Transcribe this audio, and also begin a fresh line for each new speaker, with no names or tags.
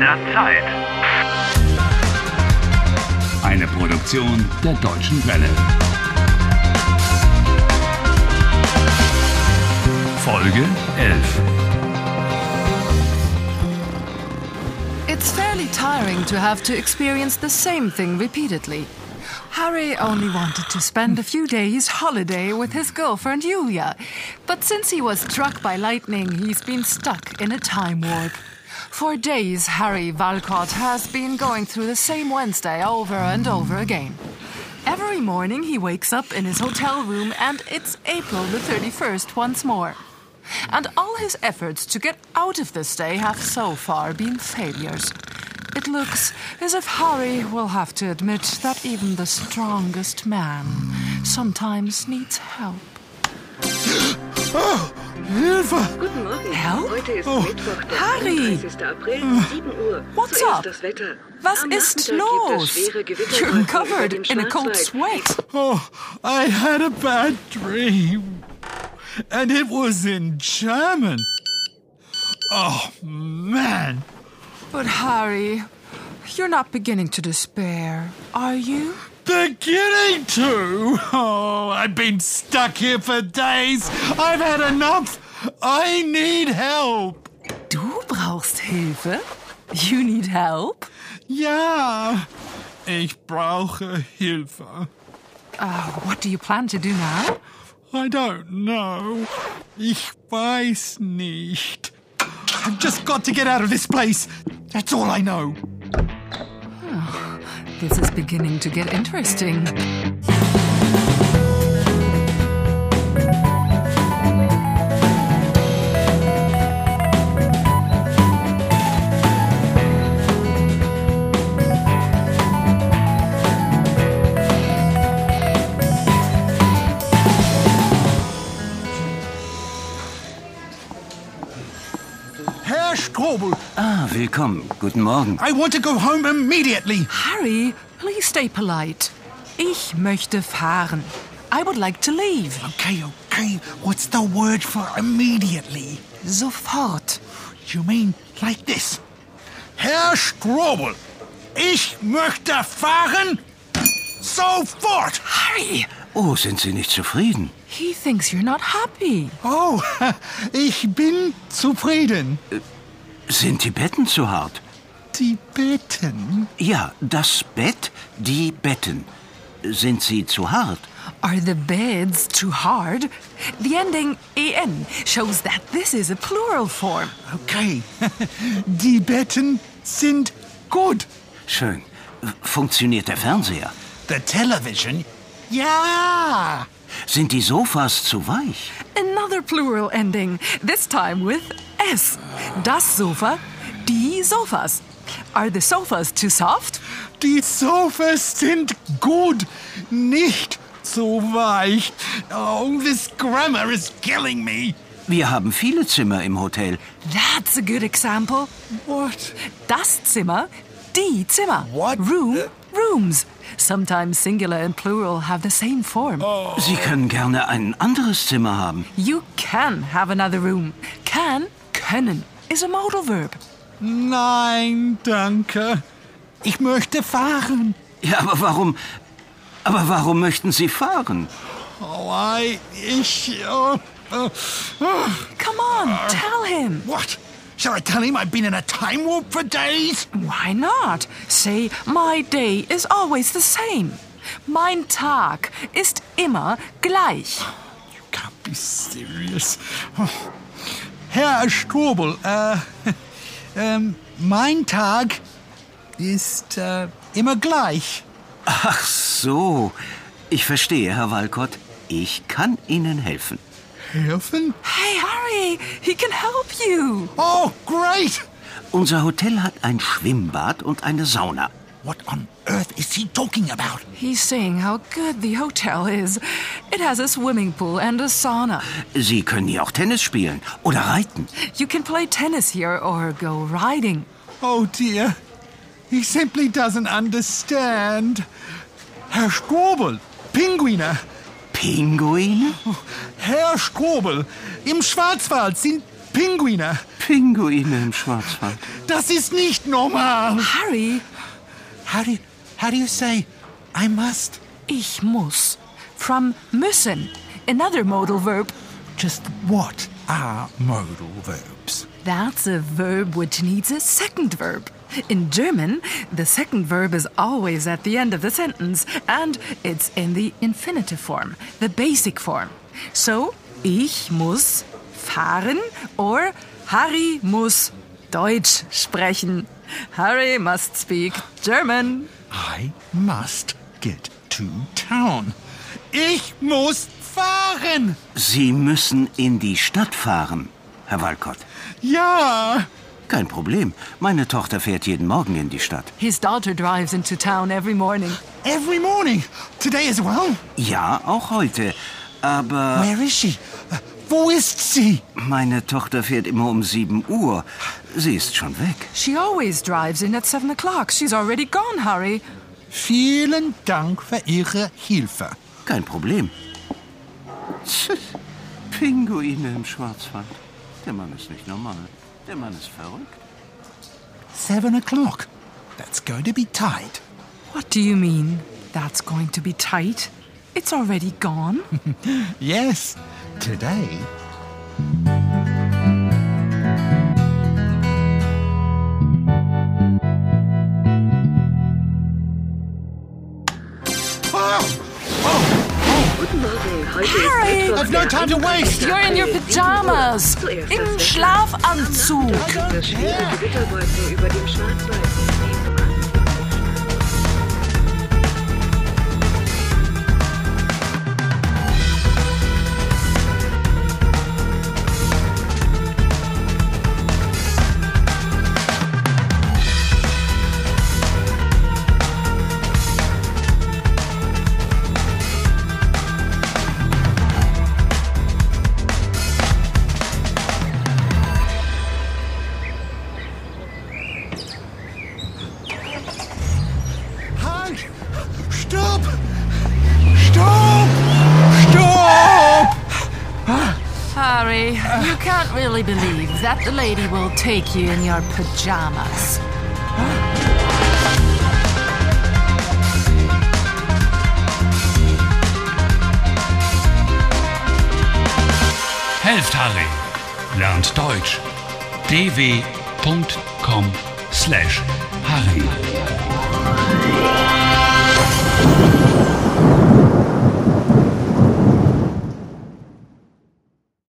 der Zeit.
Eine Produktion der Deutschen Welle. Folge 11.
It's fairly tiring to have to experience the same thing repeatedly. Harry only wanted to spend a few days holiday with his girlfriend Julia, but since he was struck by lightning, he's been stuck in a time warp. For days, Harry Valcott has been going through the same Wednesday over and over again. Every morning, he wakes up in his hotel room, and it's April the 31st once more. And all his efforts to get out of this day have so far been failures. It looks as if Harry will have to admit that even the strongest man sometimes needs help.
Hilfe!
Guten Morgen.
Help?
Heute ist Mittwoch, der
Oh, Harry. Hm.
31. April, 7 Uhr.
What's
so
up?
Ist das Wetter.
Was
Am
ist
Nachmittag Gibt
los?
es schwere Gewitterwolken
You're covered
über dem
in a cold
Schwarzwald.
sweat.
Oh, I had a bad dream. And it was in German. Oh, man.
But Harry, you're not beginning to despair, are you?
Beginning to. Oh, I've been stuck here for days. I've had enough. I need help.
Du brauchst Hilfe? You need help?
Ja, ich brauche Hilfe.
Uh, what do you plan to do now?
I don't know. Ich weiß nicht. I've just got to get out of this place. That's all I know.
This is beginning to get interesting.
Herr Strobel,
Ah, willkommen. Guten Morgen.
I want to go home immediately.
Harry, please stay polite. Ich möchte fahren. I would like to leave.
Okay, okay. What's the word for immediately?
Sofort.
You mean like this? Herr Strobel, ich möchte fahren sofort.
Harry,
Oh, sind Sie nicht zufrieden?
he thinks you're not happy.
Oh, ich bin zufrieden.
Sind die Betten zu hart?
Die Betten.
Ja, das Bett, die Betten. Sind sie zu hart?
Are the beds too hard? The ending en shows that this is a plural form.
Okay. Die Betten sind gut.
Schön. Funktioniert der Fernseher?
The television? Ja.
Sind die Sofas zu weich?
Another plural ending, this time with s. Das Sofa, die Sofas. Are the sofas too soft?
Die Sofas sind gut, nicht so weich. Oh, this grammar is killing me.
Wir haben viele Zimmer im Hotel.
That's a good example.
What?
Das Zimmer, die Zimmer.
What?
Room,
Uh.
rooms. Sometimes singular and plural have the same form.
Oh.
Sie können gerne ein anderes Zimmer haben.
You can have another room. Can, können is a modal verb.
Nein, danke. Ich möchte fahren.
Ja, aber warum? Aber warum möchten Sie fahren?
Oh, I, ich, oh, oh, oh.
Come on, tell him.
What? Shall I tell him I've been in a time warp for days?
Why not? Say, my day is always the same. Mein Tag ist immer gleich.
You can't be serious. Oh. Herr Strobel, äh, ähm, mein Tag ist äh, immer gleich.
Ach so. Ich verstehe, Herr Walcott. Ich kann Ihnen helfen.
Helfen?
Hey, Harry, he can help you.
Oh, great!
Unser Hotel hat ein Schwimmbad und eine Sauna.
What on earth is he talking about?
He's saying how good the hotel is. It has a swimming pool and a sauna.
Sie können hier auch Tennis spielen oder reiten.
You can play tennis here or go riding.
Oh dear. He simply doesn't understand. Herr Strobel, Pinguine.
Pinguine?
Herr Strobel, im Schwarzwald sind Pinguine.
Pinguine im Schwarzwald.
Das ist nicht normal.
Harry,
How do you, how do you say I must?
ich muss. From müssen. Another modal verb.
Just what are modal verbs?
That's a verb which needs a second verb. In German, the second verb is always at the end of the sentence, and it's in the infinitive form, the basic form. So, ich muss fahren or Harry muss Deutsch sprechen. Harry must speak German.
I must get to town. Ich muss fahren.
Sie müssen in die Stadt fahren, Herr Walcott.
Ja.
Kein Problem. Meine Tochter fährt jeden Morgen in die Stadt.
His daughter drives into town every morning.
Every morning. Today as well.
Ja, auch heute. Aber
Where is she? Uh, wo ist sie?
meine Tochter fährt immer um 7 Uhr. Sie ist schon weg.
She always drives in at seven o'clock. She's already gone, Harry.
Vielen Dank für Ihre Hilfe.
Kein Problem. Tsch, Pinguine im Schwarzwald. Der Mann ist nicht normal. Der Mann ist verrückt.
Seven o'clock. That's going to be tight.
What do you mean? That's going to be tight. It's already gone.
Yes, today.
Guten Morgen, heute
Harry!
ist Mittwoch,
I've no
der
time to
21.
waste.
You're in your pajamas. Im Schlafanzug.
Das schwere Gewitterwolken über dem Schwarzwald.
Halt! Stopp! Stopp! Stopp!
Harry, you can't really believe that the lady will take you in your pajamas.
Helft Harry. Lernt Deutsch. dw.com/harry.